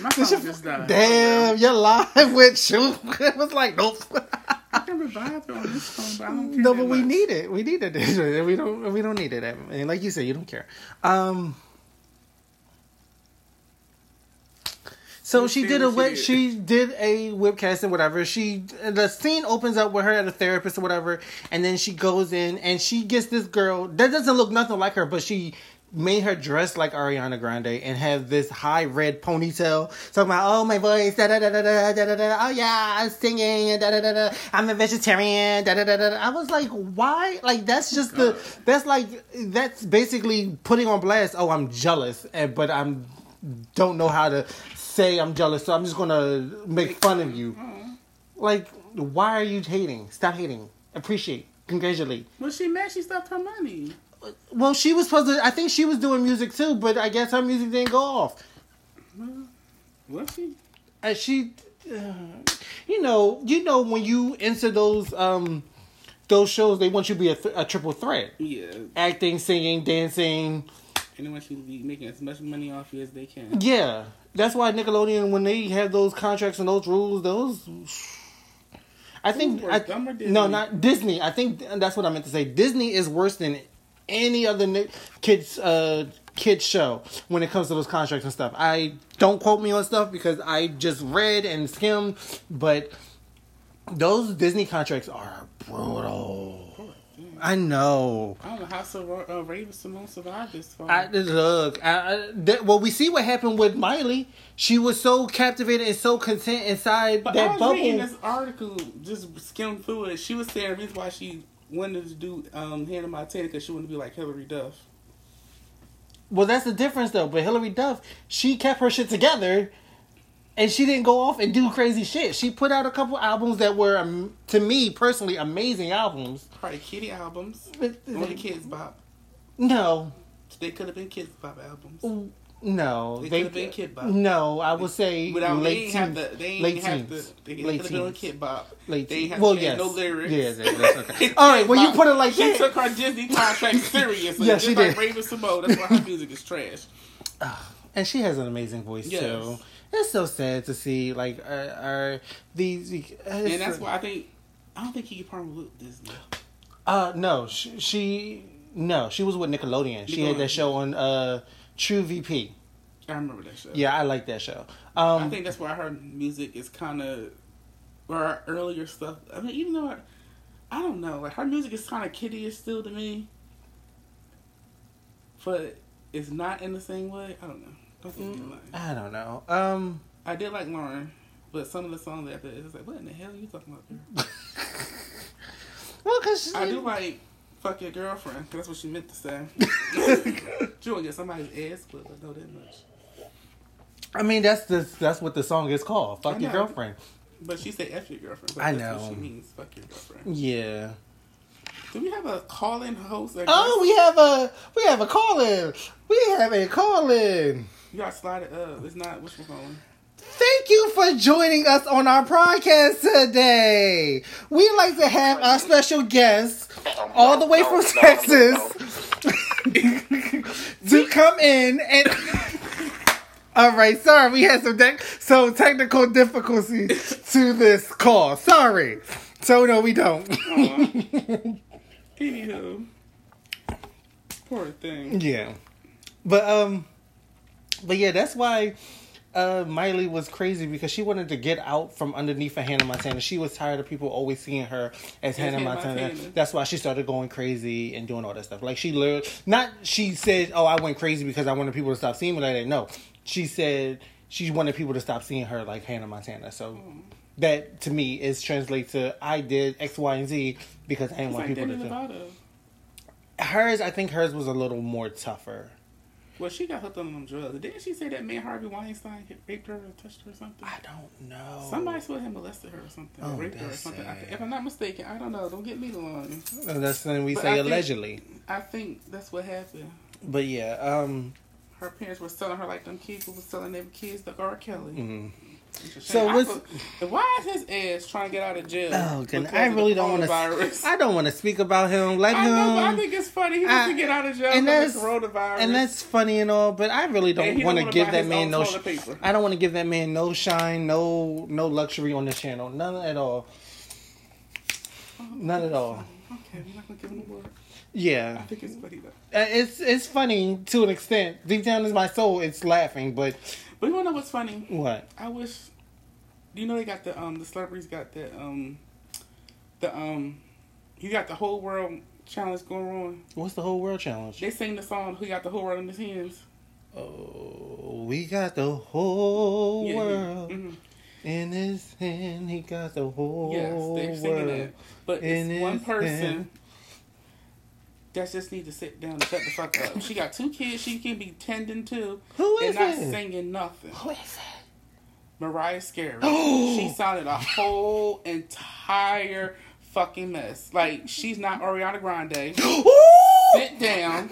[SPEAKER 3] My phone just died.
[SPEAKER 1] Damn, you're live with you. It was like, nope.
[SPEAKER 3] I can revive it on this phone, but I don't care.
[SPEAKER 1] no,
[SPEAKER 3] that
[SPEAKER 1] but we
[SPEAKER 3] much.
[SPEAKER 1] need it. We need it. we don't. We don't need it. And like you said, you don't care. Um. So
[SPEAKER 3] You
[SPEAKER 1] she
[SPEAKER 3] see
[SPEAKER 1] did a
[SPEAKER 3] what she
[SPEAKER 1] web. She
[SPEAKER 3] did.
[SPEAKER 1] did a webcast and whatever. She the scene opens up with her at a therapist or whatever, and then she goes in and she gets this girl that doesn't look nothing like her, but she made her dress like Ariana Grande and have this high red ponytail talking about oh my voice da da da da da da da da oh yeah I'm singing and da da da da I'm a vegetarian da da da da da." I was like why like that's just the that's like that's basically putting on blast oh I'm jealous and but I'm don't know how to say I'm jealous, so I'm just gonna make fun of you. Like, why are you hating? Stop hating. Appreciate. Congratulate.
[SPEAKER 3] Well, she mad. She stopped her money.
[SPEAKER 1] Well, she was supposed to. I think she was doing music too, but I guess her music didn't go off.
[SPEAKER 3] Was she?
[SPEAKER 1] And she, uh, you know, you know when you enter those um those shows, they want you to be a, th- a triple threat:
[SPEAKER 3] Yeah.
[SPEAKER 1] acting, singing, dancing.
[SPEAKER 3] And they want you to be making as much money off you as they can.
[SPEAKER 1] Yeah, that's why Nickelodeon when they have those contracts and those rules, those. I think
[SPEAKER 3] Who
[SPEAKER 1] I,
[SPEAKER 3] worked, them or Disney?
[SPEAKER 1] no, not Disney. I think that's what I meant to say. Disney is worse than any other ni- kids uh kids show when it comes to those contracts and stuff. I don't quote me on stuff because I just read and skimmed, but those Disney contracts are brutal. I know.
[SPEAKER 3] I don't know how so uh, Raven Simone survived this far.
[SPEAKER 1] I look. I, I, that, well, we see what happened with Miley. She was so captivated and so content inside
[SPEAKER 3] but I
[SPEAKER 1] that
[SPEAKER 3] was
[SPEAKER 1] bubble.
[SPEAKER 3] reading this article, just skimmed through it. She was saying the reason why she wanted to do um, Hannah Montana because she wanted to be like Hillary Duff.
[SPEAKER 1] Well, that's the difference though. But Hillary Duff, she kept her shit together, and she didn't go off and do crazy shit. She put out a couple albums that were, um, to me personally, amazing albums.
[SPEAKER 3] Probably kitty albums.
[SPEAKER 1] But-
[SPEAKER 3] Only kids bop.
[SPEAKER 1] No,
[SPEAKER 3] They could have been kids bop albums.
[SPEAKER 1] No,
[SPEAKER 3] They could've been kid bop.
[SPEAKER 1] No, I would say
[SPEAKER 3] Without they
[SPEAKER 1] late
[SPEAKER 3] ain't have
[SPEAKER 1] teens.
[SPEAKER 3] to, they
[SPEAKER 1] late
[SPEAKER 3] ain't have to,
[SPEAKER 1] teens.
[SPEAKER 3] they
[SPEAKER 1] Late
[SPEAKER 3] could have been a
[SPEAKER 1] teens.
[SPEAKER 3] kid bop.
[SPEAKER 1] Late
[SPEAKER 3] they
[SPEAKER 1] teens.
[SPEAKER 3] ain't have
[SPEAKER 1] well,
[SPEAKER 3] to
[SPEAKER 1] yes.
[SPEAKER 3] change no lyrics.
[SPEAKER 1] Yeah, yeah, that's okay. All right, well, you put it like
[SPEAKER 3] she
[SPEAKER 1] that.
[SPEAKER 3] took her Disney contract seriously.
[SPEAKER 1] Yeah,
[SPEAKER 3] just
[SPEAKER 1] she
[SPEAKER 3] like
[SPEAKER 1] did.
[SPEAKER 3] Raven Simone. That's why her music is trash.
[SPEAKER 1] and she has an amazing voice
[SPEAKER 3] Yes.
[SPEAKER 1] too. It's so sad to see like uh, uh, these.
[SPEAKER 3] And that's why I think I don't think Kiki Palmer with Disney.
[SPEAKER 1] Uh, no, she, she no, she was with Nickelodeon. She had
[SPEAKER 3] Nickelodeon.
[SPEAKER 1] that show on uh True VP.
[SPEAKER 3] I remember that show.
[SPEAKER 1] Yeah, I like that show.
[SPEAKER 3] I
[SPEAKER 1] Um,
[SPEAKER 3] think that's why her music is kind of or her earlier stuff. I mean, even though I, I don't know, like her music is kind of kiddish still to me, but it's not in the same way. I don't know. Don't get me wrong.
[SPEAKER 1] I don't know. Um,
[SPEAKER 3] I did like Lauren, but some of the songs after it's like, what in the hell are you talking about? Girl?
[SPEAKER 1] well, cause
[SPEAKER 3] I do like fuck your girlfriend. 'cause that's what she meant to say. she want to get somebody's ass but I know that much.
[SPEAKER 1] I mean that's the that's what the song is called.
[SPEAKER 3] I
[SPEAKER 1] Fuck your
[SPEAKER 3] know.
[SPEAKER 1] girlfriend.
[SPEAKER 3] But she say F your girlfriend. but
[SPEAKER 1] I
[SPEAKER 3] that's what
[SPEAKER 1] know.
[SPEAKER 3] she means. Fuck your girlfriend.
[SPEAKER 1] Yeah.
[SPEAKER 3] Do we have a call in host? I
[SPEAKER 1] Oh,
[SPEAKER 3] guess?
[SPEAKER 1] we have a we have a call in. We have a call in.
[SPEAKER 3] You gotta slide it up. It's not what's going.
[SPEAKER 1] Thank you for joining us on our podcast today. We'd like to have our special guest, all the way from Texas, to come in and. All right, sorry, we had some tech so technical difficulty to this call. Sorry. So no, we don't.
[SPEAKER 3] Anywho, poor thing.
[SPEAKER 1] Yeah. But um but yeah, that's why uh Miley was crazy because she wanted to get out from underneath of Hannah Montana. She was tired of people always seeing her as Hannah,
[SPEAKER 3] Hannah
[SPEAKER 1] Montana.
[SPEAKER 3] Montana.
[SPEAKER 1] That's why she started going crazy and doing all that stuff. Like she literally not she said, "Oh, I went crazy because I wanted people to stop seeing me like that." No. She said she wanted people to stop seeing her like Hannah Montana. So That to me is translates to I did X, Y, and Z because I didn't
[SPEAKER 3] It's
[SPEAKER 1] want
[SPEAKER 3] like
[SPEAKER 1] people
[SPEAKER 3] Demi
[SPEAKER 1] to. Do.
[SPEAKER 3] Lovato.
[SPEAKER 1] Hers, I think hers was a little more tougher.
[SPEAKER 3] Well, she got hooked on them drugs. Didn't she say that man Harvey Weinstein hit- raped her or touched her or something?
[SPEAKER 1] I don't know.
[SPEAKER 3] Somebody said had molested her or something, or
[SPEAKER 1] Oh,
[SPEAKER 3] raped her or
[SPEAKER 1] that's
[SPEAKER 3] something. I,
[SPEAKER 1] sad.
[SPEAKER 3] if I'm not mistaken, I don't know. Don't get me wrong.
[SPEAKER 1] Uh, That's when we
[SPEAKER 3] But I
[SPEAKER 1] say
[SPEAKER 3] think-
[SPEAKER 1] allegedly.
[SPEAKER 3] I think that's what happened.
[SPEAKER 1] But yeah, um,
[SPEAKER 3] Her parents were selling her like them kids who was selling their kids to R. Kelly.
[SPEAKER 1] mm. So
[SPEAKER 3] So
[SPEAKER 1] what's-
[SPEAKER 3] why is his ass trying to get out of jail?
[SPEAKER 1] oh goodness,
[SPEAKER 3] because
[SPEAKER 1] I
[SPEAKER 3] of the
[SPEAKER 1] really don't want
[SPEAKER 3] coronavirus?
[SPEAKER 1] to. I don't want to speak about him. Let
[SPEAKER 3] I
[SPEAKER 1] him,
[SPEAKER 3] know, but I think it's funny. He wants
[SPEAKER 1] I-
[SPEAKER 3] to get out of jail
[SPEAKER 1] and
[SPEAKER 3] and that's,
[SPEAKER 1] that's-
[SPEAKER 3] the coronavirus.
[SPEAKER 1] and that's funny and all, but I really
[SPEAKER 3] And
[SPEAKER 1] don't
[SPEAKER 3] he
[SPEAKER 1] want to
[SPEAKER 3] don't wanna
[SPEAKER 1] give
[SPEAKER 3] buy
[SPEAKER 1] that
[SPEAKER 3] his
[SPEAKER 1] man
[SPEAKER 3] own
[SPEAKER 1] no.
[SPEAKER 3] toilet paper.
[SPEAKER 1] I don't want to give that man no shine, no no luxury on this channel, none at all. Not at all.
[SPEAKER 3] okay, we're not gonna give him a word. I
[SPEAKER 1] Yeah,
[SPEAKER 3] think it's funny though.
[SPEAKER 1] Uh, it's it's funny to an extent. Deep down in my soul, it's laughing. But
[SPEAKER 3] But you wanna know what's funny?
[SPEAKER 1] what?
[SPEAKER 3] I wish. You know they got the um the celebrities got the um the um you got the whole world challenge going on.
[SPEAKER 1] What's the whole world challenge?
[SPEAKER 3] They sing the song "Who Got the Whole World in His Hands."
[SPEAKER 1] Oh, we got the whole
[SPEAKER 3] Yeah,
[SPEAKER 1] world.
[SPEAKER 3] mhm.
[SPEAKER 1] In his hand, he got the whole
[SPEAKER 3] Yes, they're singing
[SPEAKER 1] Oh, world.
[SPEAKER 3] that. But
[SPEAKER 1] in
[SPEAKER 3] it's one
[SPEAKER 1] his hand.
[SPEAKER 3] person that just need to sit down and shut the fuck up. She got two kids she can be tending to
[SPEAKER 1] Who
[SPEAKER 3] and
[SPEAKER 1] is
[SPEAKER 3] not
[SPEAKER 1] it?
[SPEAKER 3] singing nothing.
[SPEAKER 1] Who is it?
[SPEAKER 3] Mariah Carey. she sounded a whole entire fucking mess. Like she's not Ariana Grande. Sit down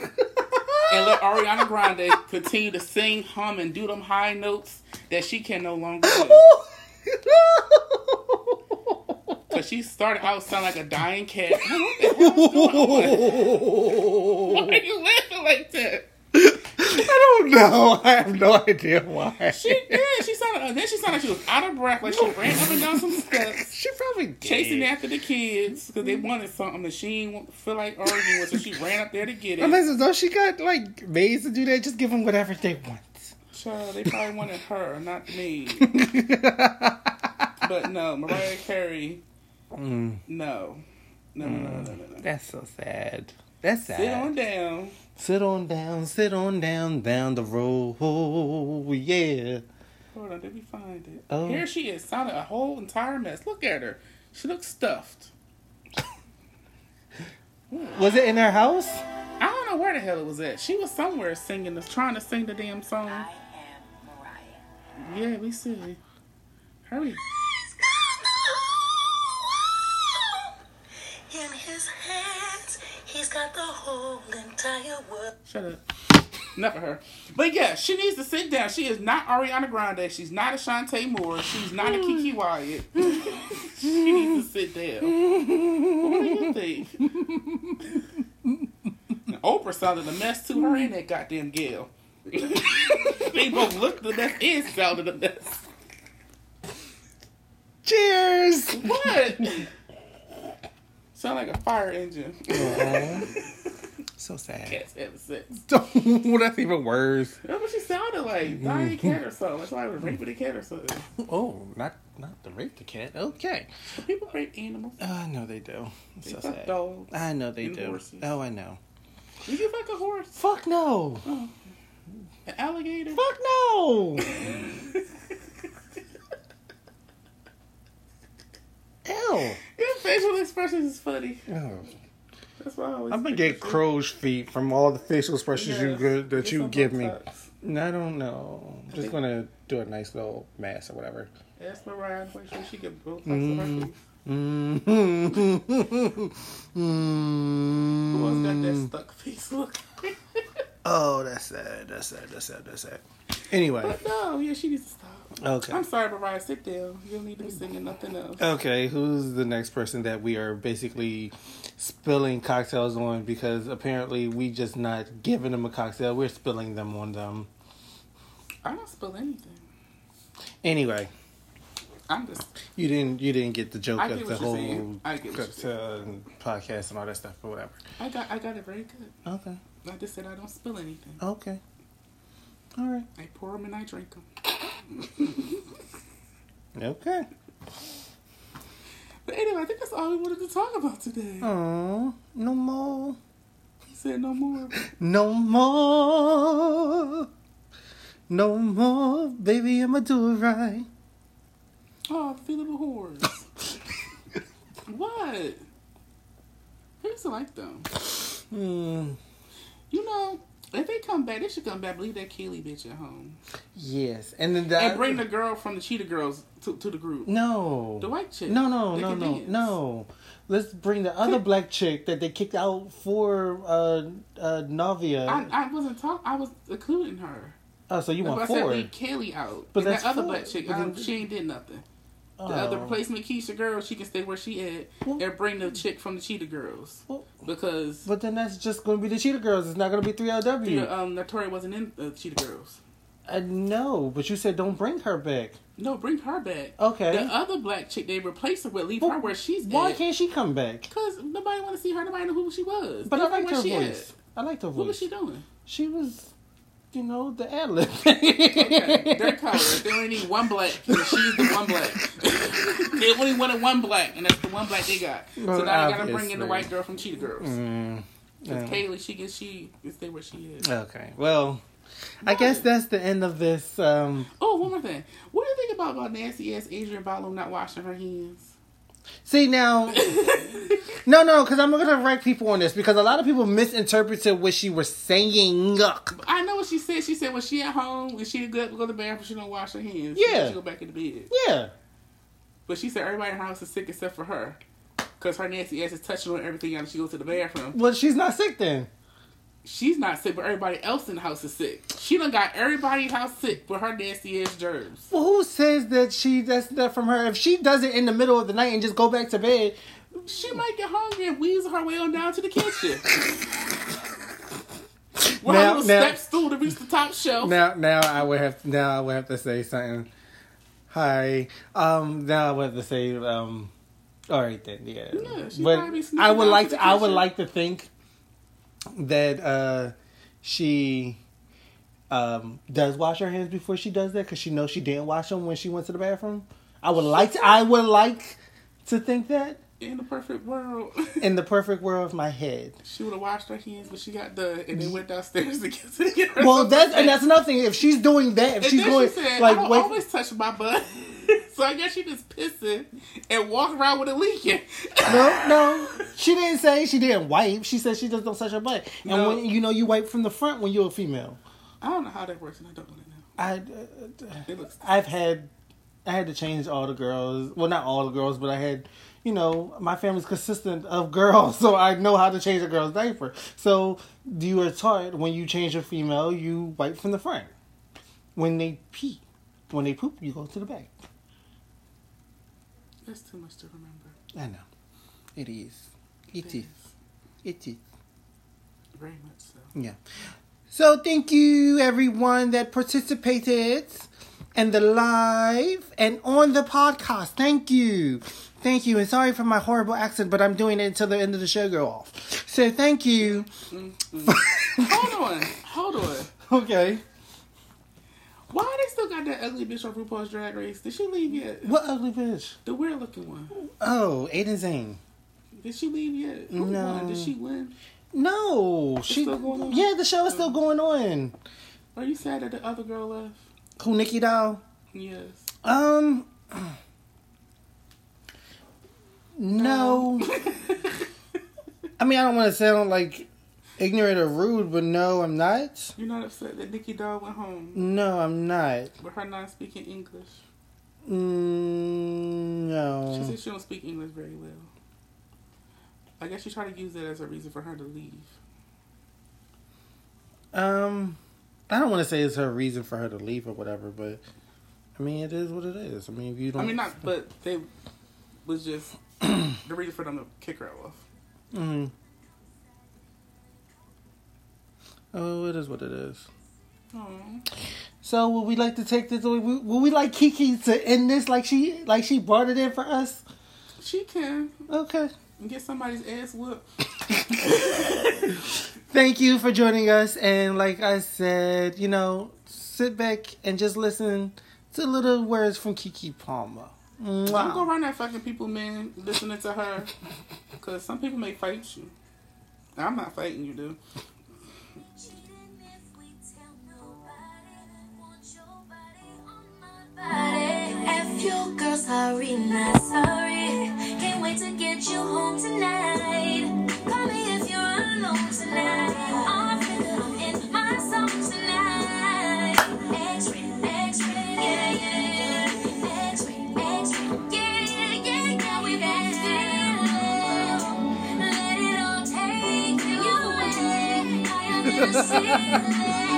[SPEAKER 3] and let Ariana Grande continue to sing, hum, and do them high notes that she can no longer do. Cause she started out sounding like a dying cat. What the hell is going on? Why are you laughing like that?
[SPEAKER 1] I don't know. I have no idea why.
[SPEAKER 3] She did. She sounded. uh, Then she sounded like she was out of breath. Like she ran up and down some steps.
[SPEAKER 1] She probably did.
[SPEAKER 3] chasing after the kids because they wanted something that she didn't want- feel like arguing with, so she ran up there to get it.
[SPEAKER 1] Unless though she got like maids to do that, just give them whatever they want.
[SPEAKER 3] Child, they probably wanted her, not me. but no, Mariah Carey,
[SPEAKER 1] Mm,
[SPEAKER 3] no. No, no, no, no, no, no.
[SPEAKER 1] that's so sad. That's sad.
[SPEAKER 3] Sit on down.
[SPEAKER 1] Sit on down, sit on down, down the road. Yeah.
[SPEAKER 3] Hold on, let me find it.
[SPEAKER 1] Oh.
[SPEAKER 3] Here she is, sounded a whole entire mess. Look at her. She looks stuffed.
[SPEAKER 1] Was it in her house?
[SPEAKER 3] I don't know where the hell it was at. She was somewhere singing, this, trying to sing the damn song.
[SPEAKER 2] I am Mariah.
[SPEAKER 3] Yeah, we see. Hurry.
[SPEAKER 2] In his hands, he's got the whole entire world.
[SPEAKER 3] Shut up. Never her. But yeah, she needs to sit down. She is not Ariana Grande. She's not a Shantae Moore. She's not a Kiki Wyatt. she needs to sit down. What do you think? And Oprah sounded a mess to her and that goddamn Gail. they both looked the mess and sounded a mess.
[SPEAKER 1] Cheers.
[SPEAKER 3] What? Sound like a fire engine. Uh-huh.
[SPEAKER 1] so sad.
[SPEAKER 3] Cats having sex.
[SPEAKER 1] That's even worse.
[SPEAKER 3] That's what she sounded like. Dying a cat or something. That's why I was raping a cat or something.
[SPEAKER 1] Oh, not not the rape the cat. Okay.
[SPEAKER 3] People rape animals.
[SPEAKER 1] I know they do. It's so
[SPEAKER 3] fuck
[SPEAKER 1] sad.
[SPEAKER 3] dogs
[SPEAKER 1] I know they
[SPEAKER 3] and
[SPEAKER 1] do.
[SPEAKER 3] horses.
[SPEAKER 1] Oh, I know.
[SPEAKER 3] Did you fuck a horse?
[SPEAKER 1] Fuck no.
[SPEAKER 3] An alligator?
[SPEAKER 1] Fuck no. Ew.
[SPEAKER 3] Your facial expressions is funny.
[SPEAKER 1] Oh.
[SPEAKER 3] That's why I always.
[SPEAKER 1] I'm gonna get crow's feet from all the facial expressions you
[SPEAKER 3] Yes.
[SPEAKER 1] good that
[SPEAKER 3] Get
[SPEAKER 1] you
[SPEAKER 3] some
[SPEAKER 1] give me.
[SPEAKER 3] Botox.
[SPEAKER 1] I don't know. I'm just
[SPEAKER 3] think-
[SPEAKER 1] gonna do a nice little mask or whatever.
[SPEAKER 3] Ask Mariah. Make sure she can Botox her
[SPEAKER 1] Mm.
[SPEAKER 3] face. Who else got that
[SPEAKER 1] Mm.
[SPEAKER 3] stuck face look?
[SPEAKER 1] Oh, that's sad. That's sad. That's sad. That's sad. Anyway,
[SPEAKER 3] but no, yeah, she needs to stop.
[SPEAKER 1] okay.
[SPEAKER 3] I'm sorry, Mariah. Sit down. You don't need to be singing nothing else.
[SPEAKER 1] Okay, who's the next person that we are basically spilling cocktails on because apparently we just not giving them a cocktail, we're spilling them on them.
[SPEAKER 3] I don't spill anything.
[SPEAKER 1] Anyway,
[SPEAKER 3] I'm just.
[SPEAKER 1] you didn't you didn't get the joke
[SPEAKER 3] I get
[SPEAKER 1] of
[SPEAKER 3] what
[SPEAKER 1] the whole
[SPEAKER 3] you're saying. I get what you're
[SPEAKER 1] cocktail and podcast and all that stuff or whatever.
[SPEAKER 3] I got. I got it very good.
[SPEAKER 1] Okay.
[SPEAKER 3] I just said I don't spill anything.
[SPEAKER 1] Okay. All right.
[SPEAKER 3] I pour them and I drink them.
[SPEAKER 1] Okay.
[SPEAKER 3] But anyway, I think that's all we wanted to talk about today.
[SPEAKER 1] Oh, no more.
[SPEAKER 3] He said no more.
[SPEAKER 1] No more. No more. Baby, I'ma do it right.
[SPEAKER 3] Oh, feelable whores. what? Who doesn't like them?
[SPEAKER 1] Hmm.
[SPEAKER 3] You know, if they come back, they should come back. Leave that Keely bitch at home
[SPEAKER 1] Yes. And then the,
[SPEAKER 3] and bring the girl from the Cheetah Girls to, to the group.
[SPEAKER 1] No.
[SPEAKER 3] The white chick.
[SPEAKER 1] No, no,
[SPEAKER 3] They
[SPEAKER 1] no,
[SPEAKER 3] can
[SPEAKER 1] no,
[SPEAKER 3] dance.
[SPEAKER 1] no. Let's bring the other black chick that they kicked out for uh, uh, Navia.
[SPEAKER 3] I, I wasn't talking. I was including her.
[SPEAKER 1] oh, so you
[SPEAKER 3] That's why
[SPEAKER 1] want
[SPEAKER 3] I said
[SPEAKER 1] four?
[SPEAKER 3] leave Kaylee out.
[SPEAKER 1] But
[SPEAKER 3] and
[SPEAKER 1] that's
[SPEAKER 3] that other
[SPEAKER 1] four.
[SPEAKER 3] black chick,
[SPEAKER 1] But then-
[SPEAKER 3] um, she ain't did nothing.
[SPEAKER 1] Oh.
[SPEAKER 3] The other replacement Keisha girl, she can stay where she at
[SPEAKER 1] Well-
[SPEAKER 3] and bring the chick from the Cheetah Girls
[SPEAKER 1] Well,
[SPEAKER 3] because
[SPEAKER 1] But then that's just going to be the Cheetah Girls. It's not going to be three LW.
[SPEAKER 3] the, um, Notoria wasn't in the Cheetah Girls.
[SPEAKER 1] I know, Uh, but you said don't bring her back.
[SPEAKER 3] No, bring her back.
[SPEAKER 1] Okay.
[SPEAKER 3] The uh, other black chick they replaced her with, leave
[SPEAKER 1] Well,
[SPEAKER 3] her where she's
[SPEAKER 1] Why
[SPEAKER 3] at.
[SPEAKER 1] can't she come back?
[SPEAKER 3] Because nobody want to see her. Nobody know who she was.
[SPEAKER 1] But I
[SPEAKER 3] Leave
[SPEAKER 1] liked
[SPEAKER 3] where
[SPEAKER 1] her
[SPEAKER 3] she
[SPEAKER 1] voice.
[SPEAKER 3] at.
[SPEAKER 1] I liked her
[SPEAKER 3] What was
[SPEAKER 1] voice.
[SPEAKER 3] she doing?
[SPEAKER 1] She was, you know, the ad lib.
[SPEAKER 3] Okay, they're covered. They only need one black. and She's the one black. they only wanted one black, and that's the one black they got.
[SPEAKER 1] Well,
[SPEAKER 3] so now they gotta bring in
[SPEAKER 1] obviously.
[SPEAKER 3] the white girl from Cheetah Girls.
[SPEAKER 1] Mm,
[SPEAKER 3] Because
[SPEAKER 1] yeah.
[SPEAKER 3] Kaylee, she can she can stay where she is.
[SPEAKER 1] Okay. Well, I guess that's the end of this. Um,
[SPEAKER 3] Oh, one more thing. What do you think about, about nasty ass Adrian Ballou not washing her hands?
[SPEAKER 1] see now. No, no, because I'm going to wreck people on this because a lot of people misinterpreted what she was saying. Yuck.
[SPEAKER 3] I know what she said. She said when she at home and she go go to the bathroom, she don't wash her hands.
[SPEAKER 1] Yeah.
[SPEAKER 3] she go back in the bed.
[SPEAKER 1] Yeah.
[SPEAKER 3] But she said everybody in her house is sick except for her, cause her nasty ass is touching on everything after she goes to the bathroom.
[SPEAKER 1] Well, she's not sick then.
[SPEAKER 3] She's not sick, but everybody else in the house is sick. She done got everybody in the house sick with her nasty ass germs.
[SPEAKER 1] Well, who says that she that's that from her? If she does it in the middle of the night and just go back to bed,
[SPEAKER 3] She might get hungry and weasel her way on down to the kitchen. With
[SPEAKER 1] Now-
[SPEAKER 3] her little
[SPEAKER 1] now-
[SPEAKER 3] step stool to reach the top shelf.
[SPEAKER 1] now now I would have now I would have to say something. Hi. Um. Now I would have to say um. All right then. Yeah.
[SPEAKER 3] Yeah, she
[SPEAKER 1] but
[SPEAKER 3] probably sneaking
[SPEAKER 1] I would
[SPEAKER 3] out
[SPEAKER 1] like to,
[SPEAKER 3] to the
[SPEAKER 1] I would
[SPEAKER 3] kitchen.
[SPEAKER 1] like to think that uh she um does wash her hands before she does that because she knows she didn't wash them when she went to the bathroom. I would like to, I would like to think that
[SPEAKER 3] In the perfect world,
[SPEAKER 1] in the perfect world of my head.
[SPEAKER 3] she would have washed her hands, but she got done and then went downstairs to get to get her.
[SPEAKER 1] Well,
[SPEAKER 3] something.
[SPEAKER 1] that's and that's another thing. If she's doing that, if
[SPEAKER 3] And
[SPEAKER 1] she's
[SPEAKER 3] then
[SPEAKER 1] going
[SPEAKER 3] she said, I
[SPEAKER 1] like
[SPEAKER 3] don't
[SPEAKER 1] wait,
[SPEAKER 3] always touch my butt. so I guess she just pissing and walk around with it leaking.
[SPEAKER 1] no, no, she didn't say she didn't wipe. She said she just don't touch her butt. And
[SPEAKER 3] No.
[SPEAKER 1] when you know you wipe from the front when you're a female,
[SPEAKER 3] I don't know how that works and I don't want to know.
[SPEAKER 1] I,
[SPEAKER 3] It looks
[SPEAKER 1] I've had, I had to change all the girls. Well, not all the girls, but I had you know, my family's consistent of girls, so I know how to change a girl's diaper. So you are taught when you change a female, you wipe from the front. When they pee, when they poop, you go to the back.
[SPEAKER 3] That's too much to remember.
[SPEAKER 1] I know. It is. It is. It is.
[SPEAKER 3] Very much so.
[SPEAKER 1] Yeah. So thank you everyone that participated in the live and on the podcast. Thank you. Thank you. And sorry for my horrible accent, but I'm doing it until the end of the show go off. So thank you.
[SPEAKER 3] hold on. Hold on.
[SPEAKER 1] Okay.
[SPEAKER 3] Why they still got that ugly bitch on RuPaul's Drag Race? Did she leave yet?
[SPEAKER 1] What ugly bitch?
[SPEAKER 3] The weird looking one.
[SPEAKER 1] Oh, Aiden Zane.
[SPEAKER 3] Did she leave yet? Who
[SPEAKER 1] No.
[SPEAKER 3] won? Did she win?
[SPEAKER 1] No, she.
[SPEAKER 3] still going on?
[SPEAKER 1] Yeah, the show is still going on.
[SPEAKER 3] Are you sad that the other girl left?
[SPEAKER 1] Who Nikki Doll?
[SPEAKER 3] Yes.
[SPEAKER 1] Um. No. I mean, I don't want to sound like ignorant or rude, but no, I'm not.
[SPEAKER 3] You're not upset that Nikki Doll went home
[SPEAKER 1] No, I'm not.
[SPEAKER 3] with her not speaking English.
[SPEAKER 1] Mm,
[SPEAKER 3] She
[SPEAKER 1] no.
[SPEAKER 3] said she don't speak English very well. I guess she tried to use that as a reason for her to leave.
[SPEAKER 1] Um, I don't want to say it's her reason for her to leave or whatever, but I mean, it is what it is. I mean, if you don't.
[SPEAKER 3] I mean, not, but they was just the reason for them to kick her off.
[SPEAKER 1] Mm. Oh, it is what it is.
[SPEAKER 3] Aw.
[SPEAKER 1] So would we like to take this? Would we, would we like Kiki to end this like she like she brought it in for us?
[SPEAKER 3] She can
[SPEAKER 1] Okay.
[SPEAKER 3] get somebody's ass whooped.
[SPEAKER 1] Thank you for joining us, and like I said, you know, sit back and just listen to little words from Kiki Palmer.
[SPEAKER 3] Don't go
[SPEAKER 1] Mwah.
[SPEAKER 3] around that fucking people, man, listening to her. Because some people may fight you. I'm not fighting you, dude.
[SPEAKER 2] Cheating if we tell nobody. Want your body on my body. F you, girl, sorry, not sorry. Can't wait to get you home tonight. Call me if you're alone tonight. I'm feeling in my zone tonight. X-ray, X-ray, yeah, yeah, yeah. X-ray, X-ray, yeah, yeah, yeah, yeah. We back there. Let it all take you away. I am your ceiling.